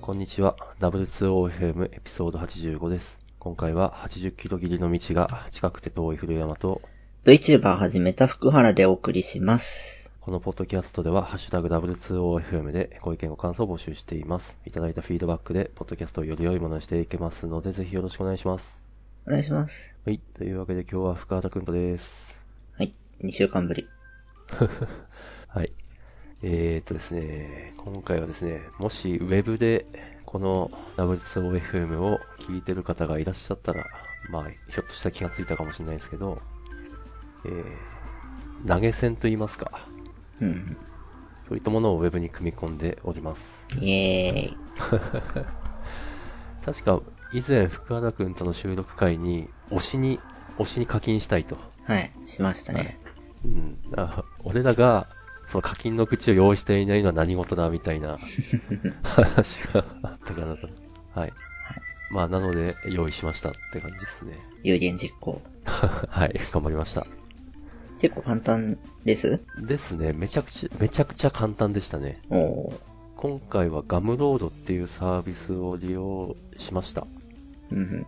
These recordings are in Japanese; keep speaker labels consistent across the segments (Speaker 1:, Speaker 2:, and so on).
Speaker 1: こんにちは。W2OFM エピソード85です。今回は80キロ切りの道が近くて遠い古山と、
Speaker 2: VTuber 始めた福原でお送りします。
Speaker 1: このポッドキャストでは、ハッシュタグ W2OFM でご意見ご感想を募集しています。いただいたフィードバックで、ポッドキャストをより良いものにしていけますので、ぜひよろしくお願いします。
Speaker 2: お願いします。
Speaker 1: はい。というわけで今日は福原くんとです。
Speaker 2: はい。2週間ぶり。
Speaker 1: はい。えー、っとですね、今回はですね、もしウェブでこの W2OFM を聞いてる方がいらっしゃったら、まあ、ひょっとしたら気がついたかもしれないですけど、えー投げ銭といいますか、
Speaker 2: うん。
Speaker 1: そういったものをウェブに組み込んでおります。
Speaker 2: イエーイ。
Speaker 1: 確か、以前福原くんとの収録会に、推しに、推しに課金したいと。
Speaker 2: はい。しましたね。
Speaker 1: うん。あ俺らが、その課金の口を用意していないのは何事だ、みたいな話があったかなと。はい。まあ、なので、用意しましたって感じですね。
Speaker 2: 有言実行。
Speaker 1: はい、頑張りました。
Speaker 2: 結構簡単です
Speaker 1: ですね、めちゃくちゃ、めちゃくちゃ簡単でしたね。
Speaker 2: おー。
Speaker 1: 今回はガムロードっていうサービスを利用しました。
Speaker 2: うんうん。
Speaker 1: うん、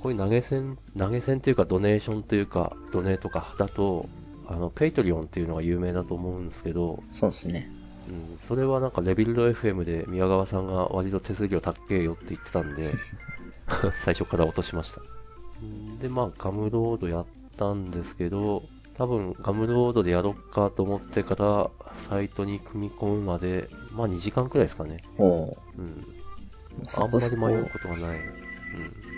Speaker 1: こういう投げ銭、投げ銭というか、ドネーションというか、ドネーとかだと、あの、ペイトリオンっていうのが有名だと思うんですけど、
Speaker 2: そうですね。
Speaker 1: うん、それはなんかレビルド FM で宮川さんが割と手数料高えよって言ってたんで、 最初から落としました。うんで、まあ、ガムロードやったんですけど、多分ガムロードでやろっかと思ってから、サイトに組み込むまで、まあ2時間くらいですかね。
Speaker 2: おー。
Speaker 1: うん。あ
Speaker 2: そ
Speaker 1: んま
Speaker 2: こそ
Speaker 1: り
Speaker 2: こ
Speaker 1: 迷うことがない。うん。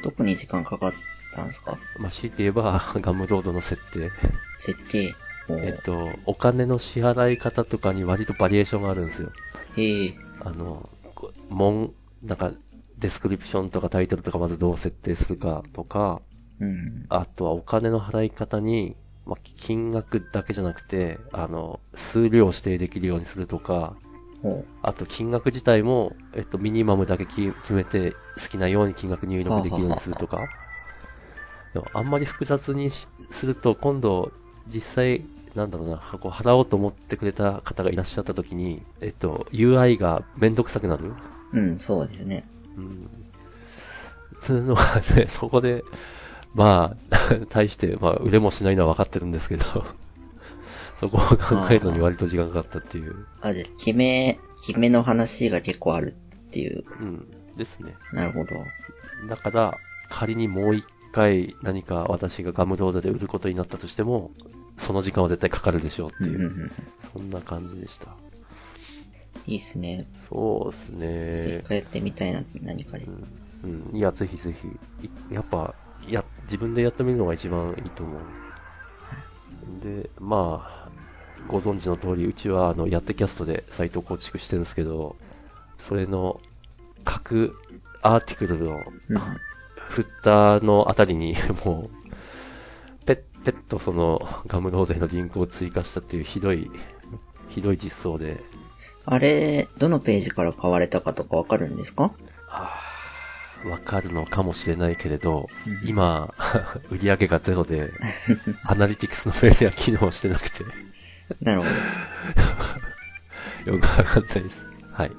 Speaker 2: どこに時間かかったんですか
Speaker 1: まあ、強いて言えば、 ガムロードの設定。
Speaker 2: 設定。お
Speaker 1: えっ
Speaker 2: ー。
Speaker 1: と、お金の支払い方とかに割とバリエーションがあるんですよ。
Speaker 2: へえ。
Speaker 1: あの、こ文、なんか、デスクリプションとかタイトルとかまずどう設定するかとか、
Speaker 2: うん。
Speaker 1: あとはお金の払い方に、まあ、金額だけじゃなくて、あの、数量を指定できるようにするとか、
Speaker 2: おー。
Speaker 1: あと金額自体も、えっと、ミニマムだけき決めて、好きなように金額入力できるようにするとか、でもあんまり複雑にしすると、今度、実際、なんだろうな、こう払おうと思ってくれた方がいらっしゃった時に、えっと、UI がめんどくさくなる
Speaker 2: うん、そうですね。
Speaker 1: うん。そういうのがね、 そこで、まあ、 対して、まあ、売れもしないのは分かってるんですけど、 そこを考えるのに割と時間がかかったっていう、
Speaker 2: あ、じゃあ、決め、決めの話が結構あるっていう。
Speaker 1: うん、ですね。
Speaker 2: なるほど。
Speaker 1: だから、仮にもう一回何か私がガムロードで売ることになったとしても、その時間は絶対かかるでしょうって
Speaker 2: うん
Speaker 1: いうう、
Speaker 2: んうん。
Speaker 1: そんな感じでした。
Speaker 2: いいっすね。
Speaker 1: そうです
Speaker 2: 一
Speaker 1: ね。
Speaker 2: 回やってみたいな、何かで。
Speaker 1: うん、うん。いや、ぜひぜひ。いやっぱ、や、自分でやってみるのが一番いいと思う。で、まあ、ご存知の通り、うちは、あの、やってキャストでサイトを構築してるんですけど、それの、各アーティクルの
Speaker 2: うん。
Speaker 1: フッターのあたりに、 もう、ペッ、ペッとその、ガム納税のリンクを追加したっていうひどい、ひどい実装で、
Speaker 2: あれ、どのページから買われたかとかわかるんですか
Speaker 1: あーわかるのかもしれないけれど、
Speaker 2: うん
Speaker 1: 今、 売り上げがゼロ で、アナリティクスのフェーズが機能してなくて、
Speaker 2: なるほど。
Speaker 1: よくわかんないです。はい。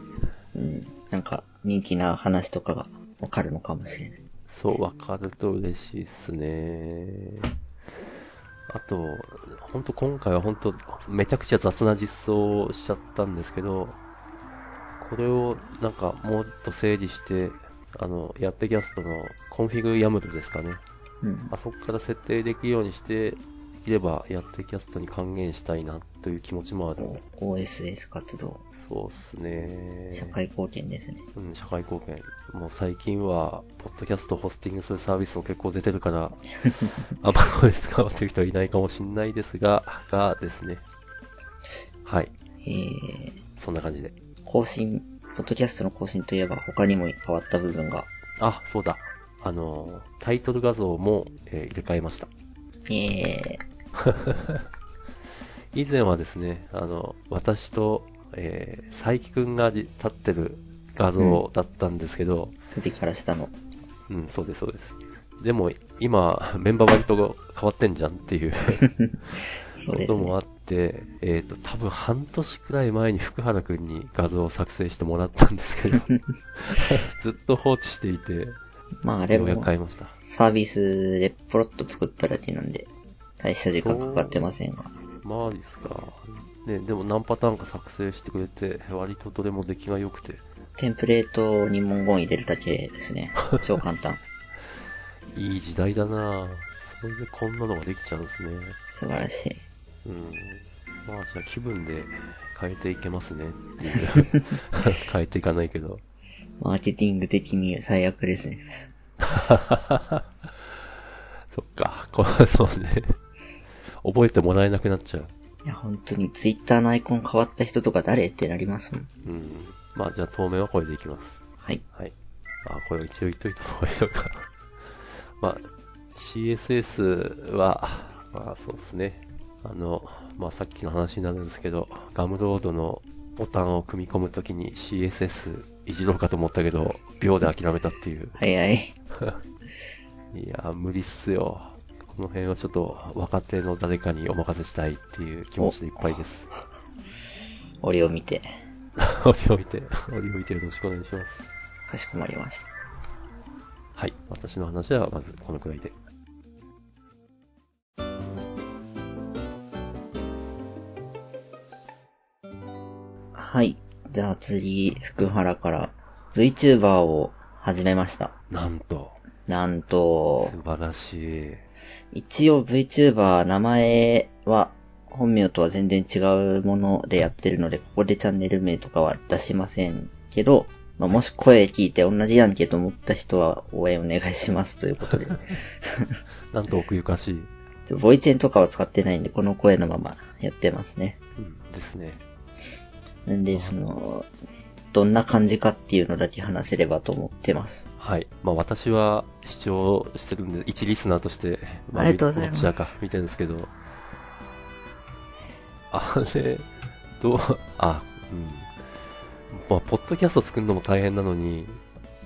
Speaker 2: うん。なんか、人気な話とかがわかるのかもしれない。
Speaker 1: そう、わかると嬉しいですね。あと、ほんと今回はほんとめちゃくちゃ雑な実装をしちゃったんですけど、これをなんかもっと整理して、あの、やってキャストのコンフィグヤムルですかね。
Speaker 2: うん
Speaker 1: あ。そこから設定できるようにして、できればやってキャストに還元したいなという気持ちもある。
Speaker 2: お OSS 活動、
Speaker 1: そうっすね。
Speaker 2: 社会貢献ですね。
Speaker 1: うん、社会貢献。もう最近は、ポッドキャストホスティングするサービスも結構出てる から、あんまりこれ使わってる人はいないかもしれないですが、がですね。はい。
Speaker 2: えー、
Speaker 1: そんな感じで。
Speaker 2: 更新、ポッドキャストの更新といえば他にも変わった部分が、
Speaker 1: あ、そうだ。あの、タイトル画像も、えー入れ替えました。
Speaker 2: えー、
Speaker 1: 以前はですね、あの、私と、えー、佐伯くんがじ立ってる画像だったんですけど、
Speaker 2: 首から下の、
Speaker 1: うん、そうです、そうです。でも今、メンバー割と変わってんじゃんっていう
Speaker 2: そう
Speaker 1: こ
Speaker 2: です
Speaker 1: と
Speaker 2: ね。
Speaker 1: もあって、えっ、と、多分半年くらい前に福原くんに画像を作成してもらったんです けど、ずっと放置していて、
Speaker 2: まああれ
Speaker 1: ようやく
Speaker 2: も
Speaker 1: 買いました。
Speaker 2: サービスでポロッと作っただけなんで、大した時間かかってませんが。
Speaker 1: まあですか。ね、でも何パターンか作成してくれて、割とどれも出来が良くて、
Speaker 2: テンプレートに文言入れるだけですね。超簡単。
Speaker 1: いい時代だなぁ。それでこんなのができちゃうんですね。
Speaker 2: 素晴らしい。
Speaker 1: うん。まあじゃあ気分で変えていけますねっていう。変えていかないけど。
Speaker 2: マーケティング的に最悪ですね。
Speaker 1: そっか。こそうね。覚えてもらえなくなっちゃう。
Speaker 2: いや、本当にツイッターのアイコン変わった人とか誰ってなりますもん。
Speaker 1: うん。まあじゃあ当面はこれでいきます。
Speaker 2: はい。
Speaker 1: はい。あ、これは一応言っといた方がいいのか。 まあ、CSS は、まあそうですね。あの、まあさっきの話になるんですけど、ガムロードのボタンを組み込むときに CSS いじろうかと思ったけど、秒で諦めたっていう。
Speaker 2: 早い。
Speaker 1: いやー、無理っすよ。この辺はちょっと若手の誰かにお任せしたいっていう気持ちでいっぱいです。
Speaker 2: 俺を見て、
Speaker 1: 折 り置いて、折り置いてよろしくお願いします。
Speaker 2: かしこまりました。
Speaker 1: はい。私の話はまずこのくらいで。
Speaker 2: はい。じゃあ次、福原から、VTuber を始めました。
Speaker 1: なんと、
Speaker 2: なんと、
Speaker 1: 素晴らしい。
Speaker 2: 一応 VTuber 名前は本名とは全然違うものでやってるので、ここでチャンネル名とかは出しませんけど、まあ、もし声聞いて同じやんけと思った人は応援お願いしますということで。
Speaker 1: なんと奥ゆかしい、
Speaker 2: ボイチェンとかは使ってないんで、この声のままやってますね。
Speaker 1: うん、ですね。
Speaker 2: なんで、その、どんな感じかっていうのだけ話せればと思ってます。
Speaker 1: はい。まあ私は視聴してるんで、一リスナーとして、
Speaker 2: ありがとうございま
Speaker 1: ど
Speaker 2: す
Speaker 1: ちらか見てるんですけど、あれ、どう、あ、うん。まあ、ポッドキャスト作るのも大変なのに、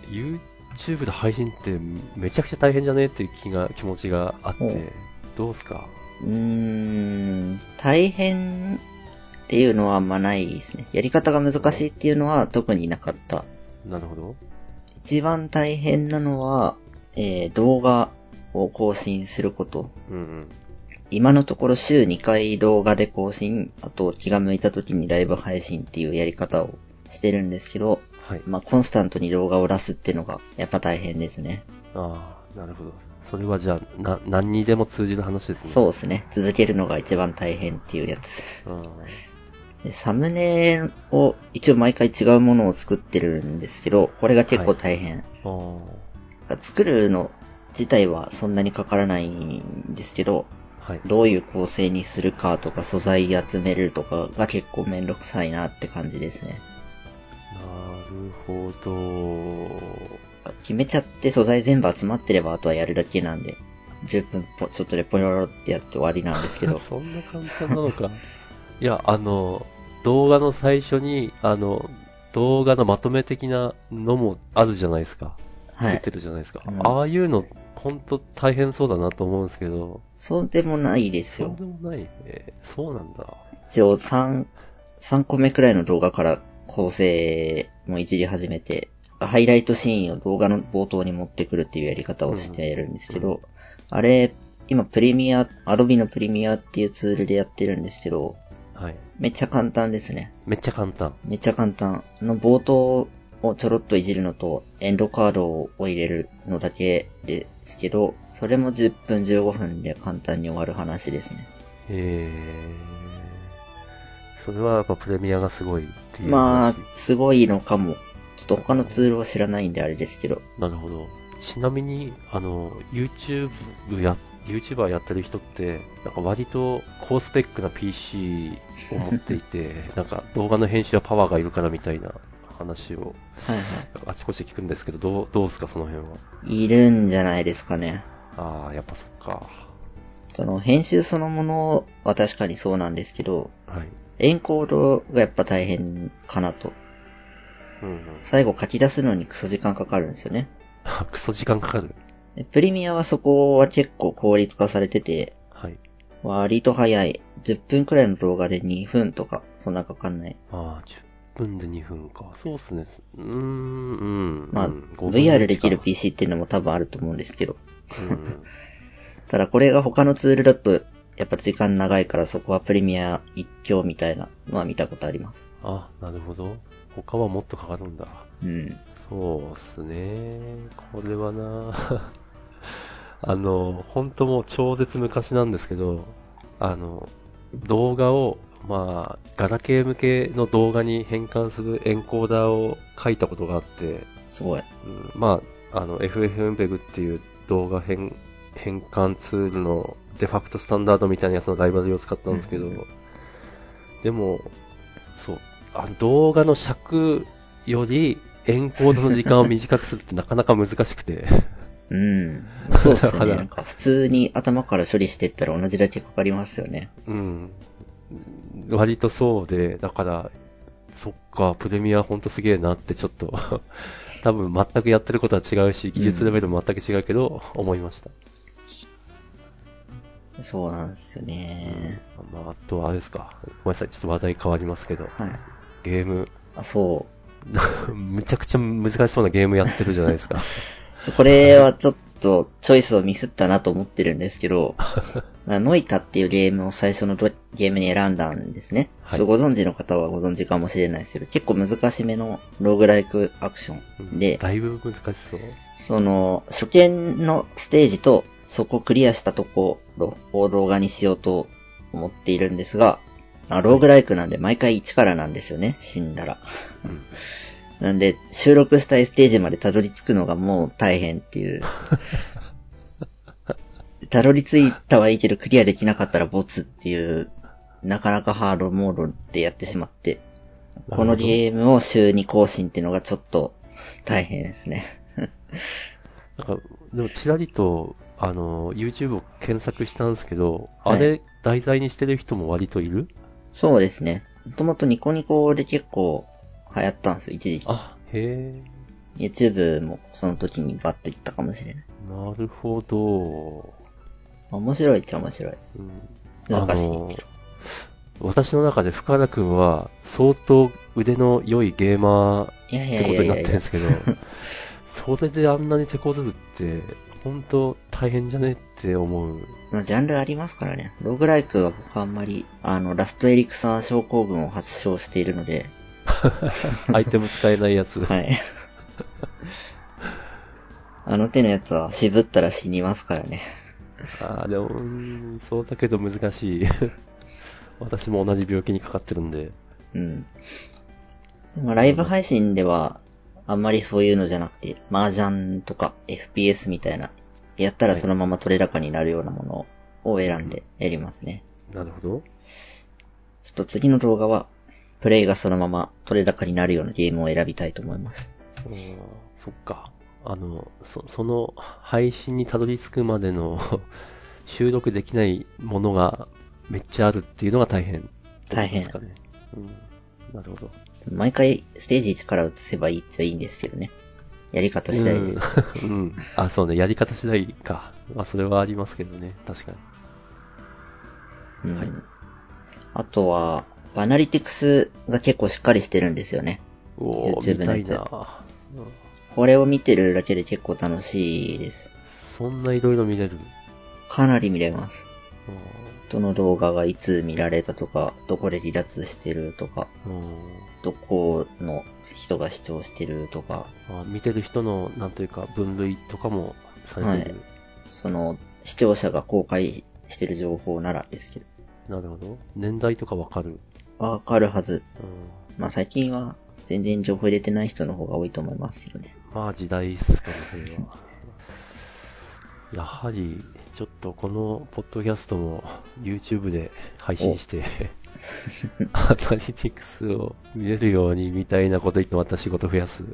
Speaker 1: YouTube で配信ってめちゃくちゃ大変じゃねっていう気が、気持ちがあっ
Speaker 2: お
Speaker 1: て、どうすか
Speaker 2: うーん、大変っていうのはあんまないですね。やり方が難しいっていうのは特になかった。
Speaker 1: なるほど。
Speaker 2: 一番大変なのは、えー動画を更新すること。
Speaker 1: うんうん。
Speaker 2: 今のところ週2回動画で更新、あと気が向いた時にライブ配信っていうやり方をしてるんですけど、
Speaker 1: はい。
Speaker 2: まあ、コンスタントに動画を出すっていうのがやっぱ大変ですね。
Speaker 1: ああ、なるほど。それはじゃあ、な、何にでも通じる話ですね。
Speaker 2: そうですね。続けるのが一番大変っていうやつ。
Speaker 1: うん。
Speaker 2: でサムネを一応毎回違うものを作ってるんですけど、これが結構大変。
Speaker 1: あー
Speaker 2: 作るの自体はそんなにかからないんですけど、
Speaker 1: はい。
Speaker 2: どういう構成にするかとか素材集めるとかが結構めんどくさいなって感じですね。
Speaker 1: なるほど。
Speaker 2: 決めちゃって素材全部集まってればあとはやるだけなんで、10分ぽちょっとでポロロってやって終わりなん ですけど、
Speaker 1: そんな簡単なのか。 いや、あの、動画の最初に、あの、動画のまとめ的なのもあるじゃないですか。
Speaker 2: は
Speaker 1: 出
Speaker 2: い
Speaker 1: て。るじゃないですか。
Speaker 2: うん
Speaker 1: ああいうの、ほんと大変そうだなと思うんですけど、
Speaker 2: そうでもないです
Speaker 1: そう
Speaker 2: よ
Speaker 1: で。もない、えそうなんだ。
Speaker 2: 一応3、3個目くらいの動画から構成もいじり始めて、ハイライトシーンを動画の冒頭に持ってくるっていうやり方をしてるんですけど、あれ、今プレミア、アドビのプレミアっていうツールでやってるんですけど、
Speaker 1: はい。
Speaker 2: めっちゃ簡単ですね。
Speaker 1: めっちゃ簡単。
Speaker 2: めっちゃ簡単。あの冒頭をちょろっといじるのと、エンドカードを入れるのだけですけど、それも10分15分で簡単に終わる話ですね。
Speaker 1: えー、それはやっぱプレミアがすごいっていう話。
Speaker 2: まあ、すごいのかも。ちょっと他のツールを知らないんであれですけど。
Speaker 1: なるほど。ちなみに、あの、YouTube や、YouTuber やってる人って、なんか割と高スペックな PC を持ってい て、なんか動画の編集はパワーがいるからみたいな話を、
Speaker 2: はいは
Speaker 1: なんかあちこちで聞くんですけど、どう、どうですか、その辺は。
Speaker 2: い。いるんじゃないですかね。
Speaker 1: ああ、やっぱそっか。
Speaker 2: その編集そのものは確かにそうなんですけど、
Speaker 1: はい。
Speaker 2: エンコードがやっぱ大変かなと。
Speaker 1: うん、うん。
Speaker 2: 最後書き出すのにクソ時間かかるんですよね。
Speaker 1: クソ時間かかる。
Speaker 2: でプレミアはそこは結構効率化されてて、
Speaker 1: はい。
Speaker 2: 割と早い。10分くらいの動画で2分とか、そんなかかんない。
Speaker 1: ああ、10分で2分か。そうっすね。うーん、うん。
Speaker 2: まあ、
Speaker 1: うん5分の1
Speaker 2: VR できる
Speaker 1: か
Speaker 2: PC っていうのも多分あると思うんですけど。
Speaker 1: うん。
Speaker 2: ただこれが他のツールだと、やっぱ時間長いからそこはプレミア一強みたいなのは見たことあります。
Speaker 1: あ、なるほど。他はもっとかかるんだ。
Speaker 2: うん。
Speaker 1: そうっすね。これはな あの、本当もう超絶昔なんですけど、あの、動画を、まあ、ガラケー向けの動画に変換するエンコーダーを書いたことがあって、
Speaker 2: すごい。
Speaker 1: うんまあ、あの、FFmpeg っていう動画変、変換ツールのデファクトスタンダードみたいなやつのライバルを使ったんですけど
Speaker 2: うんうんう、
Speaker 1: でも、そう、あ動画の尺よりエンコードの時間を短くするってなかなか難しくて、
Speaker 2: うん。そうですよ
Speaker 1: だか
Speaker 2: ね。
Speaker 1: ら
Speaker 2: なんか普通に頭から処理してったら同じだけかかりますよね。
Speaker 1: うん。割とそうで、だから、そっか、プレミアほんとすげえなってちょっと、 多分全くやってることは違うし、技術レベルも全く違うけど、思いました。
Speaker 2: そうなんですよね。
Speaker 1: まあ、あとはあれですか。ごめんなさい、ちょっと話題変わりますけど、
Speaker 2: はい。
Speaker 1: ゲーム、
Speaker 2: あ、そ
Speaker 1: むちゃくちゃ難しそうなゲームやってるじゃないですか。
Speaker 2: う。これはちょっとチョイスをミスったなと思ってるんです けど、まあノイタっていうゲームを最初のどゲームに選んだんですね。
Speaker 1: はい
Speaker 2: そうご存知の方はご存知かもしれないですけど、結構難しめのローグライクアクション で、
Speaker 1: だいぶ難しそう。
Speaker 2: その、初見のステージと、そこクリアしたところを動画にしようと思っているんですが、まあローグライクなんで毎回1からなんですよね、死んだら。
Speaker 1: うん
Speaker 2: なんで、収録したいステージまでたどり着くのがもう大変っ ていう。たどり着いたはいいけどクリアできなかったらボツっていう、なかなかハードモードでやってしまって、このゲームを週に更新っていうのがちょっと大変ですね。
Speaker 1: なんか、でも、ちらりと、あの、YouTube を検索したんですけど、
Speaker 2: はい
Speaker 1: あれ、題材にしてる人も割といる
Speaker 2: そうですね。もともとニコニコで結構流行ったんですよ、一時期。
Speaker 1: あ、へえ、
Speaker 2: YouTube もその時にバッてきたかもしれない。
Speaker 1: なるほど。
Speaker 2: 面白いっちゃ面白い。
Speaker 1: うん
Speaker 2: 難しいけど。
Speaker 1: 私の中で深田くんは相当腕の良いゲーマー
Speaker 2: いやい
Speaker 1: っ
Speaker 2: や
Speaker 1: てこ
Speaker 2: い
Speaker 1: と
Speaker 2: や
Speaker 1: に
Speaker 2: い
Speaker 1: なっ
Speaker 2: や
Speaker 1: て
Speaker 2: い
Speaker 1: るん
Speaker 2: や
Speaker 1: で。すけど、それであんなに手こずるって、本当大変じゃねって思う。
Speaker 2: まあ、ジャンルありますからね。ローグライクは僕あんまり、あの、ラストエリクサー症候群を発症している ので、
Speaker 1: アイテム使えないや つ。
Speaker 2: はい。 あの手のやつは渋ったら死にますからね。
Speaker 1: ああ、でも、うーんそうだけど難しい。 私も同じ病気にかかってるんで。
Speaker 2: うん。まあ、ライブ配信では、あんまりそういうのじゃなくて、麻雀とか FPS みたいな、やったらそのまま取れ高になるようなものを選んでやりますね。
Speaker 1: なるほど。
Speaker 2: ちょっと次の動画は、プレイがそのまま取れ高になるようなゲームを選びたいと思います。
Speaker 1: うんそっか。あの、そその配信にたどり着くまでの 収録できないものがめっちゃあるっていうのが大変。
Speaker 2: 大変
Speaker 1: ですかね。うん。なるほど。
Speaker 2: 毎回ステージ1から移せばいいっちゃいいんですけどね。やり方次第です。
Speaker 1: うん。うんあ、そうね。やり方次第か。まあ、それはありますけどね。確かに。
Speaker 2: うんあとは、アナリティクスが結構しっかりしてるんですよね。
Speaker 1: おー、
Speaker 2: YouTube
Speaker 1: 見たい
Speaker 2: の
Speaker 1: な。うん
Speaker 2: これを見てるだけで結構楽しいです。
Speaker 1: そんないろいろ見れる。
Speaker 2: かなり見れます。
Speaker 1: う
Speaker 2: どの動画がいつ見られたとか、どこで離脱してるとか、
Speaker 1: んうん
Speaker 2: どこの人が視聴してるとか、
Speaker 1: あ見てる人の、なんというか、分類とかもされている。
Speaker 2: その、視聴者が公開してる情報ならですけど。
Speaker 1: なるほど。年代とかわかる。
Speaker 2: わかるはず。
Speaker 1: うん
Speaker 2: まあ最近は全然情報入れてない人の方が多いと思いますけどね。
Speaker 1: まあ時代っすから、それは。やはり、ちょっとこのポッドキャストも YouTube で配信して、アナリティクスを見れるようにみたいなこと言ってまた仕事増やす。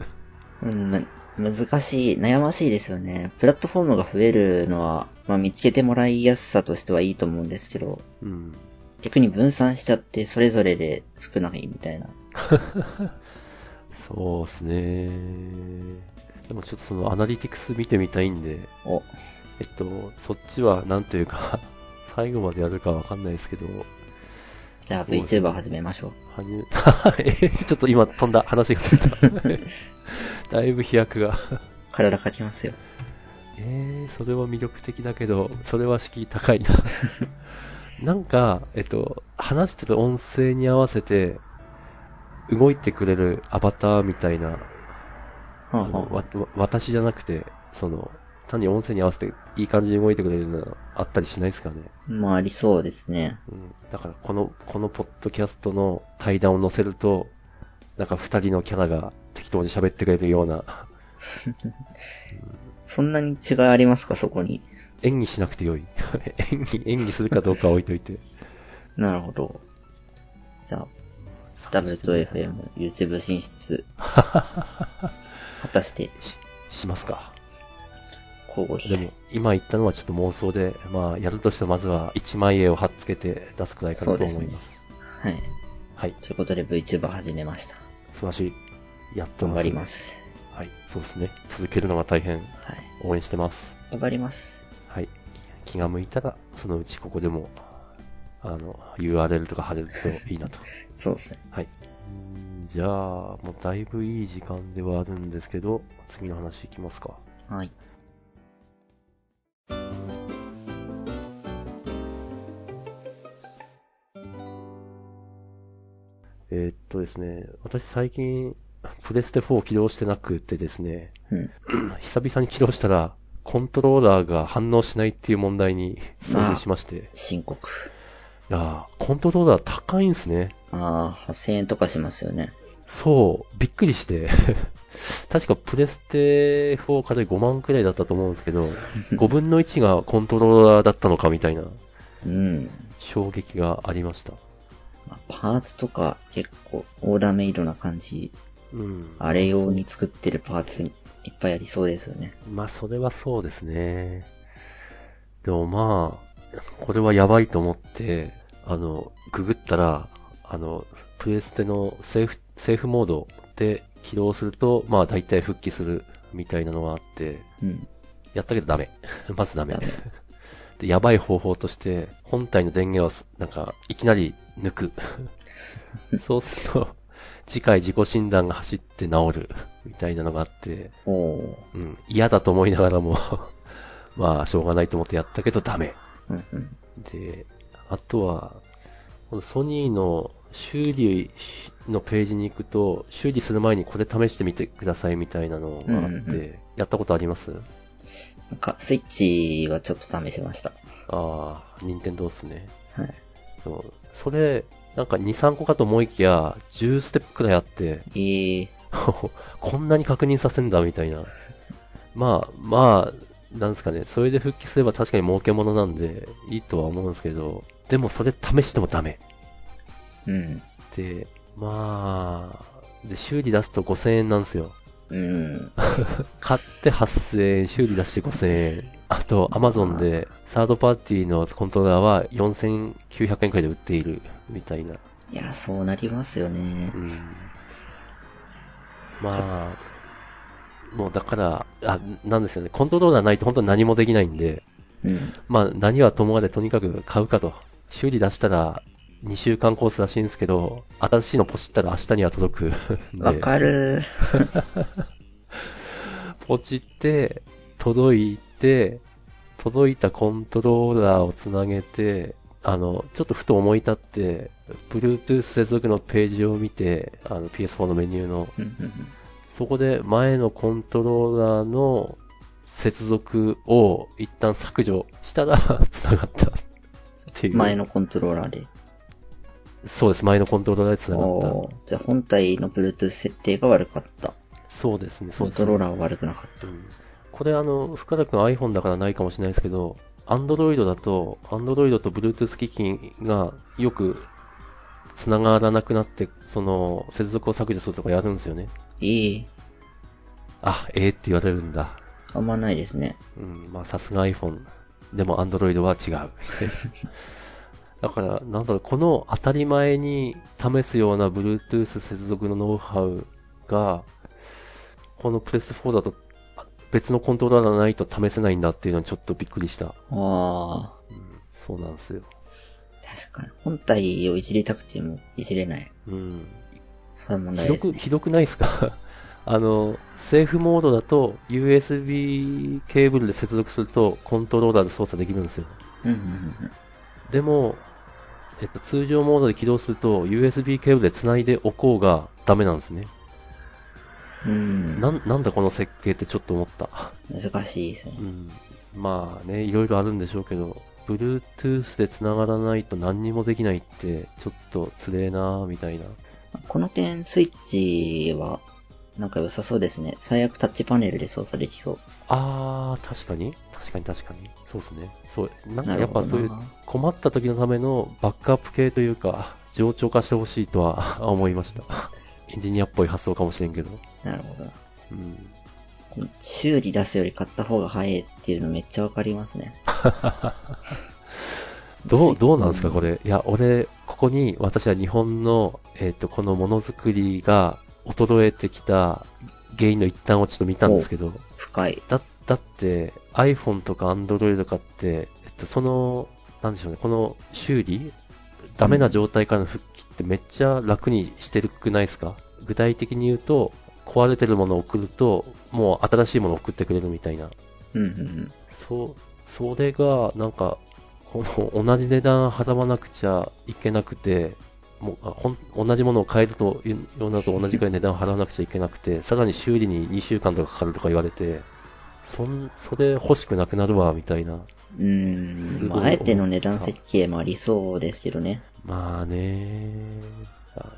Speaker 2: うん、む難しい、悩ましいですよね。プラットフォームが増えるのは、まあ見つけてもらいやすさとしてはいいと思うんですけど、
Speaker 1: うん。
Speaker 2: 逆に分散しちゃってそれぞれで少ないみたいな。
Speaker 1: そうっすね。でもちょっとそのアナリティクス見てみたいんで、
Speaker 2: お、
Speaker 1: えっと、そっちはなんというか、最後までやるかわかんないですけど、
Speaker 2: じゃあ VTuber 始めましょう。
Speaker 1: 羽生、 えちょっと今飛んだ、話が飛ん だ。だいぶ飛躍が。
Speaker 2: 体かきますよ。
Speaker 1: えー、それは魅力的だけど、それは敷居高い な。なんか、えっと、話してる音声に合わせて、動いてくれるアバターみたいな、
Speaker 2: はあ
Speaker 1: その
Speaker 2: は
Speaker 1: わわ私じゃなくて、その、単に音声に合わせていい感じに動いてくれるのあったりしないですかね。
Speaker 2: あ、まあありそうですね。
Speaker 1: うん、だからこの、このポッドキャストの対談を載せると、なんか二人のキャラが適当に喋ってくれるような、
Speaker 2: そんなに違いありますか、そこに。
Speaker 1: 演技しなくてよい。 演技、演技するかどうかは置いといて。
Speaker 2: なるほど。じゃあ、W2FM、YouTube 進 出。果たして、
Speaker 1: しますか。
Speaker 2: 交互
Speaker 1: で
Speaker 2: 期
Speaker 1: も、今言ったのはちょっと妄想で、まあ、やるとしたらまずは一枚絵を貼っつけて出すくらいかなと
Speaker 2: そ
Speaker 1: 思
Speaker 2: う
Speaker 1: い
Speaker 2: で
Speaker 1: ます。
Speaker 2: すね。はい。
Speaker 1: はい。
Speaker 2: ということで VTuber 始めました。
Speaker 1: 素晴らしい。やって
Speaker 2: 頑
Speaker 1: ま
Speaker 2: 張
Speaker 1: す、
Speaker 2: ります。
Speaker 1: はい。そうですね。続けるのが大変。
Speaker 2: はい。
Speaker 1: 応援してます。
Speaker 2: 頑張ります。
Speaker 1: はい。気が向いたら、そのうちここでも、あの、URL とか貼れるといいな と。
Speaker 2: そうですね。
Speaker 1: はい。じゃあ、もうだいぶいい時間ではあるんですけど、次の話いきますか。
Speaker 2: はい。
Speaker 1: えーっとですね、私最近、プレステ4を起動してなくてですね、
Speaker 2: うん。
Speaker 1: 久々に起動したら、コントローラーが反応しないっていう問題に遭遇しまして、
Speaker 2: 深刻。
Speaker 1: あーコントローラー高いんですね。
Speaker 2: ああ、8000円とかしますよね。
Speaker 1: そう、びっくりして。 確かプレステ4から5万くらいだったと思うんですけ ど、5分の1がコントローラーだったのかみたいな
Speaker 2: うん。
Speaker 1: 衝撃がありました。
Speaker 2: まあパーツとか結構オーダーメイドな感じ。
Speaker 1: うん。
Speaker 2: あれ用に作ってるパーツいっぱいありそうですよね。
Speaker 1: まあ、それはそうですね。でもまあ、これはやばいと思って、あの、ググったら、あの、プレステのセーフ、セーフモードで起動すると、まあ大体復帰するみたいなのがあって、
Speaker 2: うん。
Speaker 1: やったけどダメ。 まずダメ
Speaker 2: ダメ。
Speaker 1: で、やばい方法として、本体の電源をす、なんか、いきなり抜 く。そうすると、次回自己診断が走って治る。みたいなのがあって、
Speaker 2: おお
Speaker 1: うん、嫌だと思いながらも、 まあ、しょうがないと思ってやったけどダメ。
Speaker 2: ー。うんうん。
Speaker 1: で、あとは、このソニーの修理のページに行くと、修理する前にこれ試してみてくださいみたいなのがあっ
Speaker 2: うんうんうん
Speaker 1: て、やったことあります
Speaker 2: なんか、スイッチはちょっと試しました。
Speaker 1: ああ、任天堂っすね。
Speaker 2: はい。
Speaker 1: そうそれ、なんか2、3個かと思いきや、10ステップくらいあって、
Speaker 2: ええ
Speaker 1: こんなに確認させんだ、みたいな。まあ、まあ、なんですかね、それで復帰すれば確かに儲けものなんで、いいとは思うんですけど、でもそれ試してもダメ。
Speaker 2: うん。
Speaker 1: で、まあ、で、修理出すと5000円なんですよ。
Speaker 2: うん。
Speaker 1: 買って8000円、修理出して5000円。あと、アマゾンで、サードパーティーのコントローラーは4900円くらいで売っている、みたいな。
Speaker 2: いや、そうなりますよね
Speaker 1: う。んまあ、もうだから、あ、なんですよね、コントローラーないと本当に何もできないんで、
Speaker 2: うん。
Speaker 1: まあ何はともあれとにかく買うかと。修理出したら2週間コースらしいんですけど、新しいのポチったら明日には届くん
Speaker 2: わ
Speaker 1: で、
Speaker 2: かる。
Speaker 1: ポチって、届いて、届いたコントローラーをつなげて、あの、ちょっとふと思い立って、Bluetooth 接続のページを見て、あの PS4 のメニューの、
Speaker 2: うんうん
Speaker 1: そこで前のコントローラーの接続を一旦削除したら 繋がったって
Speaker 2: う
Speaker 1: い
Speaker 2: ん
Speaker 1: う。
Speaker 2: 前のコントローラーで。
Speaker 1: そうです、前のコントローラーで繋がっ
Speaker 2: おーじゃあ本体の Bluetooth 設定が悪かった。
Speaker 1: た。そうですね、そ
Speaker 2: コ
Speaker 1: う
Speaker 2: ン
Speaker 1: で
Speaker 2: ト
Speaker 1: す
Speaker 2: ロー
Speaker 1: ね。
Speaker 2: ラーは悪くなかった。
Speaker 1: うんこれあの、深田くん iPhone だからないかもしれないですけど、Android だと、Android と Bluetooth 機器がよく繋がらなくなって、その、接続を削除するとかやるんですよね。
Speaker 2: いい。
Speaker 1: あ、ええって言われるんだ。
Speaker 2: あんまないですね。
Speaker 1: うん、まあさすが iPhone。でも Android は違 う。だから、なんだろう、この当たり前に試すような Bluetooth 接続のノウハウが、このプレス4だと別のコントローラーがないと試せないんだっていうのにちょっとびっくりした。
Speaker 2: ああ、
Speaker 1: うん、そうなんですよ。
Speaker 2: 確かに。本体をいじりたくてもいじれない。
Speaker 1: うん。
Speaker 2: そういう問題
Speaker 1: ひ
Speaker 2: で
Speaker 1: ど
Speaker 2: す、
Speaker 1: く、
Speaker 2: ね。
Speaker 1: ひどくないですか あの、セーフモードだと USB ケーブルで接続するとコントローラーで操作できるんですよ。
Speaker 2: うんうんうん
Speaker 1: でも、えっと、通常モードで起動すると USB ケーブルで繋いでおこうがダメなんですね。
Speaker 2: うん。
Speaker 1: なん、なんだこの設計ってちょっと思った。
Speaker 2: 難しいですね
Speaker 1: う。ん。まあね、いろいろあるんでしょうけど、Bluetooth で繋がらないと何にもできないって、ちょっとつれえなみたいな。
Speaker 2: この点、スイッチは、なんか良さそうですね。最悪タッチパネルで操作できそう。
Speaker 1: あー、確かに確かに確かに。そうですね。そう、なんか
Speaker 2: な
Speaker 1: や
Speaker 2: る
Speaker 1: っぱ
Speaker 2: ほ
Speaker 1: そ
Speaker 2: ど
Speaker 1: ういう
Speaker 2: な。
Speaker 1: 困った時のためのバックアップ系というか、冗長化してほしいとは 思いました。エンジニアっぽい発想かもしれんけど。
Speaker 2: なるほど。
Speaker 1: うん。
Speaker 2: この修理出すより買った方が早いっていうのめっちゃわかりますね。
Speaker 1: どう、どうなんですか、これ。いや、俺、ここに、私は日本の、えっ、と、このものづくりが衰えてきた原因の一端をちょっと見たんですけど、
Speaker 2: 深い。
Speaker 1: だ、だって、iPhone とか Android とかって、えっと、その、なんでしょうね、この修理ダメな状態からの復帰ってめっちゃ楽にしてるくないですか具体的に言うと、壊れてるものを送ると、もう新しいものを送ってくれるみたいな。
Speaker 2: うんうん
Speaker 1: そう、それが、なんか、この同じ値段払わなくちゃいけなくて、もうあほん同じものを買えるというようなと同じくらい値段を払わなくちゃいけなくて、さらに修理に2週間とかかかるとか言われて、そんそれ欲しくなくなるわ、みたいな。
Speaker 2: うん。う
Speaker 1: す
Speaker 2: ーん。
Speaker 1: ごい
Speaker 2: まあ、あえての値段設計もありそうですけどね。
Speaker 1: まあねあ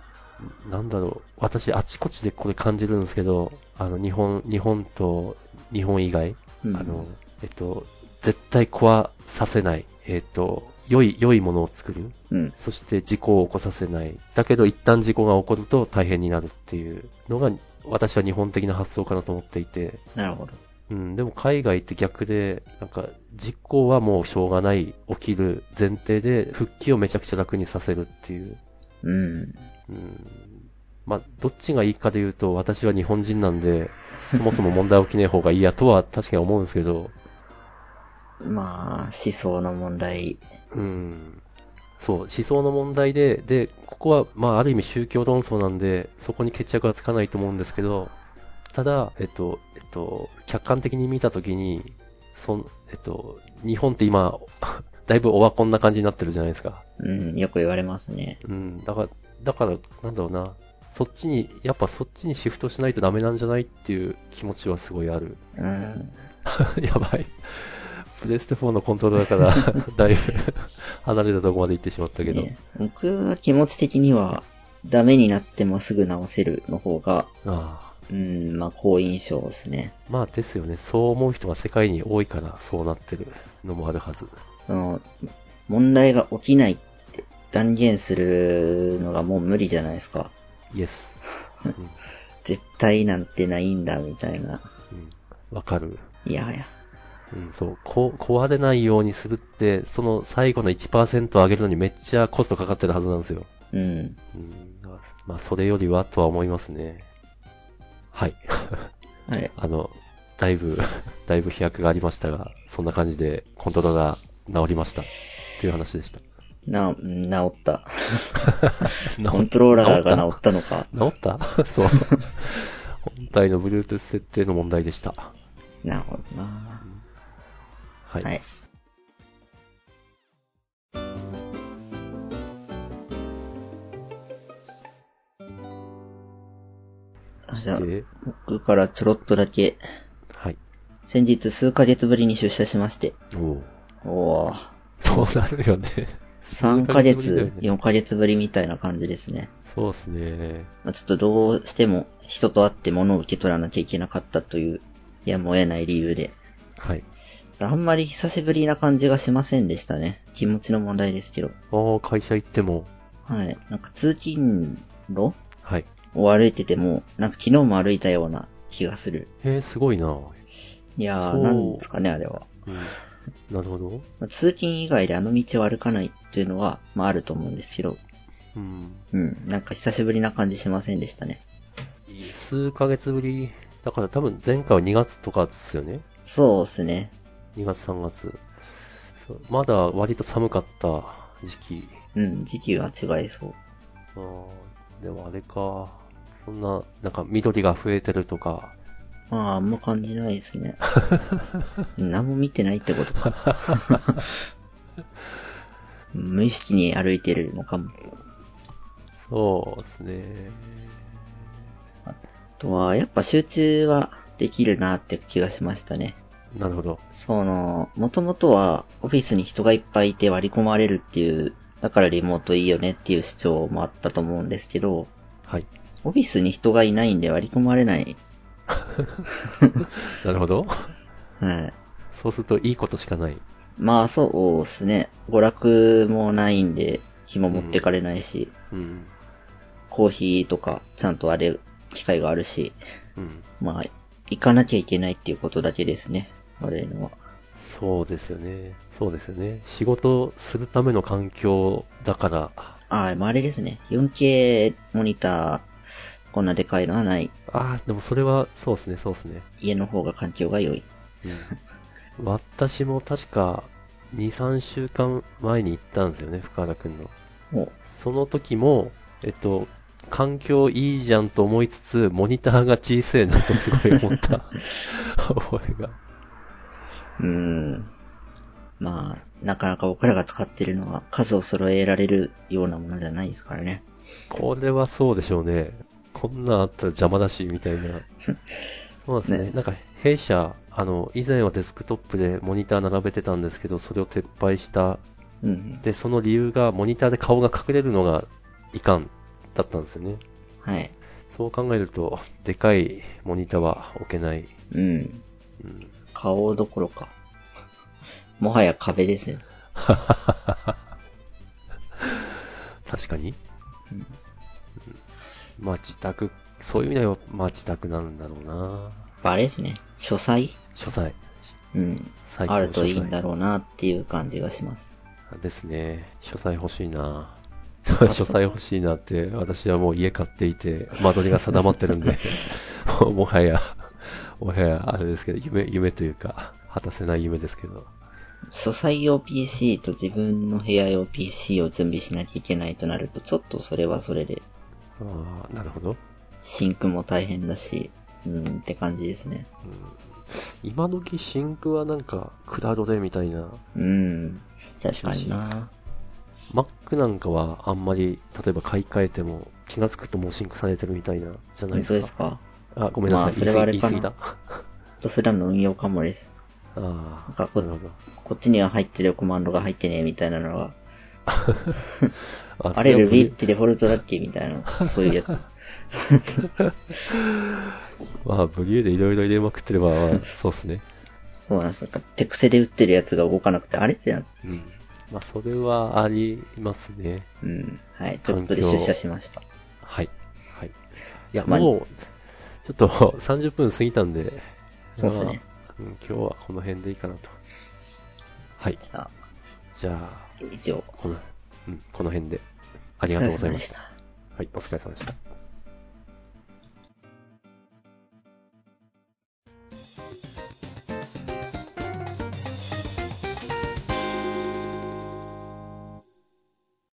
Speaker 1: なんだろう、私、あちこちでこれ感じるんですけど、あの日本日本と日本以外、
Speaker 2: うん
Speaker 1: あの、えっと、絶対壊させない。えっと、良い、良いものを作る。
Speaker 2: うん。
Speaker 1: そして事故を起こさせない。だけど一旦事故が起こると大変になるっていうのが、私は日本的な発想かなと思っていて。
Speaker 2: なるほど。
Speaker 1: うん、でも海外って逆で、なんか、事故はもうしょうがない、起きる前提で、復帰をめちゃくちゃ楽にさせるっていう。
Speaker 2: うん。
Speaker 1: うん。まあ、どっちがいいかで言うと、私は日本人なんで、そもそも問題起きねえ方がいいやとは確かに思うんですけど、
Speaker 2: まあ、思想の問題。
Speaker 1: うん。そう、思想の問題で、で、ここは、まあ、ある意味宗教論争なんで、そこに決着はつかないと思うんですけど、ただ、えっと、えっと、客観的に見たときに、そん、えっと、日本って今、 だいぶオワコンな感じになってるじゃないですか。
Speaker 2: うん。よく言われますね。
Speaker 1: うん、だから、だから、なんだろうな、そっちに、やっぱそっちにシフトしないとダメなんじゃないっていう気持ちはすごいある。
Speaker 2: うん。
Speaker 1: やばい。プレステ4のコントローラーから、だいぶ 離れたとこまで行ってしまったけど。
Speaker 2: ね僕は気持ち的には、ダメになってもすぐ直せるの方が、
Speaker 1: ああ
Speaker 2: うん、まあ、好印象ですね。
Speaker 1: まあですよね、そう思う人が世界に多いからそうなってるのもあるはず。
Speaker 2: その、問題が起きないって断言するのがもう無理じゃないですか。
Speaker 1: イエス。
Speaker 2: 絶対なんてないんだ、みたいな。
Speaker 1: うん。わかる。
Speaker 2: いやはや。
Speaker 1: うん、そう。こ、壊れないようにするって、その最後の1%上げるのにめっちゃコストかかってるはずなんですよ。
Speaker 2: うん。
Speaker 1: うん。だからまあ、それよりはとは思いますね。はい。
Speaker 2: あれ、
Speaker 1: あの、だいぶ、 だいぶ飛躍がありましたが、そんな感じでコントローラー治りました。という話でした。
Speaker 2: な、うん治った。
Speaker 1: 治
Speaker 2: コントローラーが治ったのか。
Speaker 1: 治った そう。本体の Bluetooth 設定の問題でした。
Speaker 2: なるほどな。
Speaker 1: はい。
Speaker 2: はい。あじゃあ、
Speaker 1: で、
Speaker 2: 僕からちょろっとだけ、
Speaker 1: はい。
Speaker 2: 先日数ヶ月ぶりに出社しまして。
Speaker 1: おお。
Speaker 2: おー。
Speaker 1: そうなるよね。
Speaker 2: 3
Speaker 1: ヶ
Speaker 2: ヶ
Speaker 1: 月ぶりだよね
Speaker 2: 月、4ヶ月ぶりみたいな感じですね。
Speaker 1: そうですね。
Speaker 2: まあちょっとどうしても人と会って物を受け取らなきゃいけなかったという、やむを得ない理由で。
Speaker 1: はい。
Speaker 2: あんまり久しぶりな感じがしませんでしたね。気持ちの問題ですけど。
Speaker 1: ああ、会社行っても、
Speaker 2: はい。なんか通勤路
Speaker 1: はい。
Speaker 2: を歩いてても、なんか昨日も歩いたような気がする。
Speaker 1: へえ、すごいな。うん。
Speaker 2: いや
Speaker 1: そ
Speaker 2: ー、
Speaker 1: う
Speaker 2: なんですかね、あれは。
Speaker 1: なるほど。
Speaker 2: まあ通勤以外であの道を歩かないっていうのは、まああると思うんですけど、
Speaker 1: うん。
Speaker 2: うん。なんか久しぶりな感じしませんでしたね。
Speaker 1: 数ヶ月ぶりだから多分前回は2月とかですよね。
Speaker 2: そうですね。
Speaker 1: 2月3月。そうまだ割と寒かった時期。
Speaker 2: うん、時期は違いそう。
Speaker 1: あーでもあれか。そんな、なんか緑が増えてるとか、
Speaker 2: まあ、あんま感じないです ね。何も見てないってことか。 無意識に歩いてるのかも。
Speaker 1: そうですね。
Speaker 2: あとは、やっぱ集中はできるなって気がしましたね。
Speaker 1: なるほど。
Speaker 2: その、もともとはオフィスに人がいっぱいいて割り込まれるっていう、だからリモートいいよねっていう主張もあったと思うんですけど、
Speaker 1: はい。
Speaker 2: オフィスに人がいないんで割り込まれない。
Speaker 1: なるほど。
Speaker 2: はい。
Speaker 1: そうするといいことしかない。
Speaker 2: まあそうですね。娯楽もないんで、日も持ってかれないし、
Speaker 1: うん。
Speaker 2: コーヒーとかちゃんとあれ、機会があるし、
Speaker 1: うん。
Speaker 2: まあ、行かなきゃいけないっていうことだけですね。悪いのは。
Speaker 1: そうですよね。そうですよね。仕事するための環境だから、あ
Speaker 2: ああ、まああれですね。4K モニター、こんなでかいのはない。
Speaker 1: あー、でもそれは、そうですね、そうですね。
Speaker 2: 家の方が環境が良い。
Speaker 1: うん、私も確か2、3週間前に行ったんですよね、福原くんの。
Speaker 2: も
Speaker 1: その時も、えっと、環境いいじゃんと思いつつ、モニターが小さいなとすごい思った 覚えが。
Speaker 2: う、うーん。まあ、なかなか僕らが使ってるのは数を揃えられるようなものじゃないですからね。
Speaker 1: これはそうでしょうね。こんなんあったら邪魔だし、みたいな。そうですね。
Speaker 2: ね
Speaker 1: なんか、弊社、あの、以前はデスクトップでモニター並べてたんですけど、それを撤廃した。
Speaker 2: うん。
Speaker 1: で、その理由が、モニターで顔が隠れるのがいかんだったんですよね。
Speaker 2: はい。
Speaker 1: そう考えると、でかいモニターは置けない。
Speaker 2: うん。
Speaker 1: うん、
Speaker 2: 顔どころか。もはや壁ですね。
Speaker 1: 確かに。まあ自宅、そういう意味では、まあ自宅なんだろうな。
Speaker 2: あれですね。書斎
Speaker 1: 書斎。
Speaker 2: うん。
Speaker 1: 最高
Speaker 2: あるといいんだ
Speaker 1: ろ
Speaker 2: ろうなっていう感じがします。
Speaker 1: う。ですね。書斎欲しいな。 書斎欲しいなって、私はもう家買っていて、間取りが定まってるんで、もうもはや、もはやあれですけど、夢、夢というか、果たせない夢ですけど。
Speaker 2: 書斎用 PC と自分の部屋用 PC を準備しなきゃいけないとなると、ちょっとそれはそれで、
Speaker 1: ああ、なるほど。
Speaker 2: シンクも大変だし、うんって感じですね。
Speaker 1: 今時シンクはなんか、クラウドでみたいな
Speaker 2: うん。確かにな。
Speaker 1: Mac なんかはあんまり、例えば買い替えても気がつくともうシンクされてるみたいな、じゃないで
Speaker 2: 本当
Speaker 1: す
Speaker 2: で
Speaker 1: か。
Speaker 2: すか
Speaker 1: あ、ごめんなさい。
Speaker 2: まあそれはあ
Speaker 1: 言
Speaker 2: れ
Speaker 1: い過
Speaker 2: か
Speaker 1: ぎ
Speaker 2: な
Speaker 1: 言い過
Speaker 2: ちょっと普段の運用かもです。
Speaker 1: ぎた。あ
Speaker 2: なん
Speaker 1: あ
Speaker 2: か、こ
Speaker 1: なるほど。
Speaker 2: こっちには入ってるコマンドが入ってねえみたいなのが、
Speaker 1: あ
Speaker 2: あれ
Speaker 1: そは
Speaker 2: Ruby ってデフォルトだっけみたいな、そういうやつ。
Speaker 1: まあ、ブリューでいろいろ入れまくってれば、 まあそうっすね。
Speaker 2: そうなんですよ。手癖で打ってるやつが動かなくて、あれってな、
Speaker 1: うん。まあ、それはありますね。
Speaker 2: うん。はい。ちょっとで出社しました。
Speaker 1: はい。はい。いや、
Speaker 2: まあ
Speaker 1: もう、ちょっと30分過ぎたんで、
Speaker 2: そうっすね
Speaker 1: まあうん今日はこの辺でいいかなと。はい。
Speaker 2: じゃあ、
Speaker 1: じゃあ、
Speaker 2: 以上。
Speaker 1: この、うん、この辺で。ありがとうございました。
Speaker 2: た。
Speaker 1: はい、お疲れ様でした。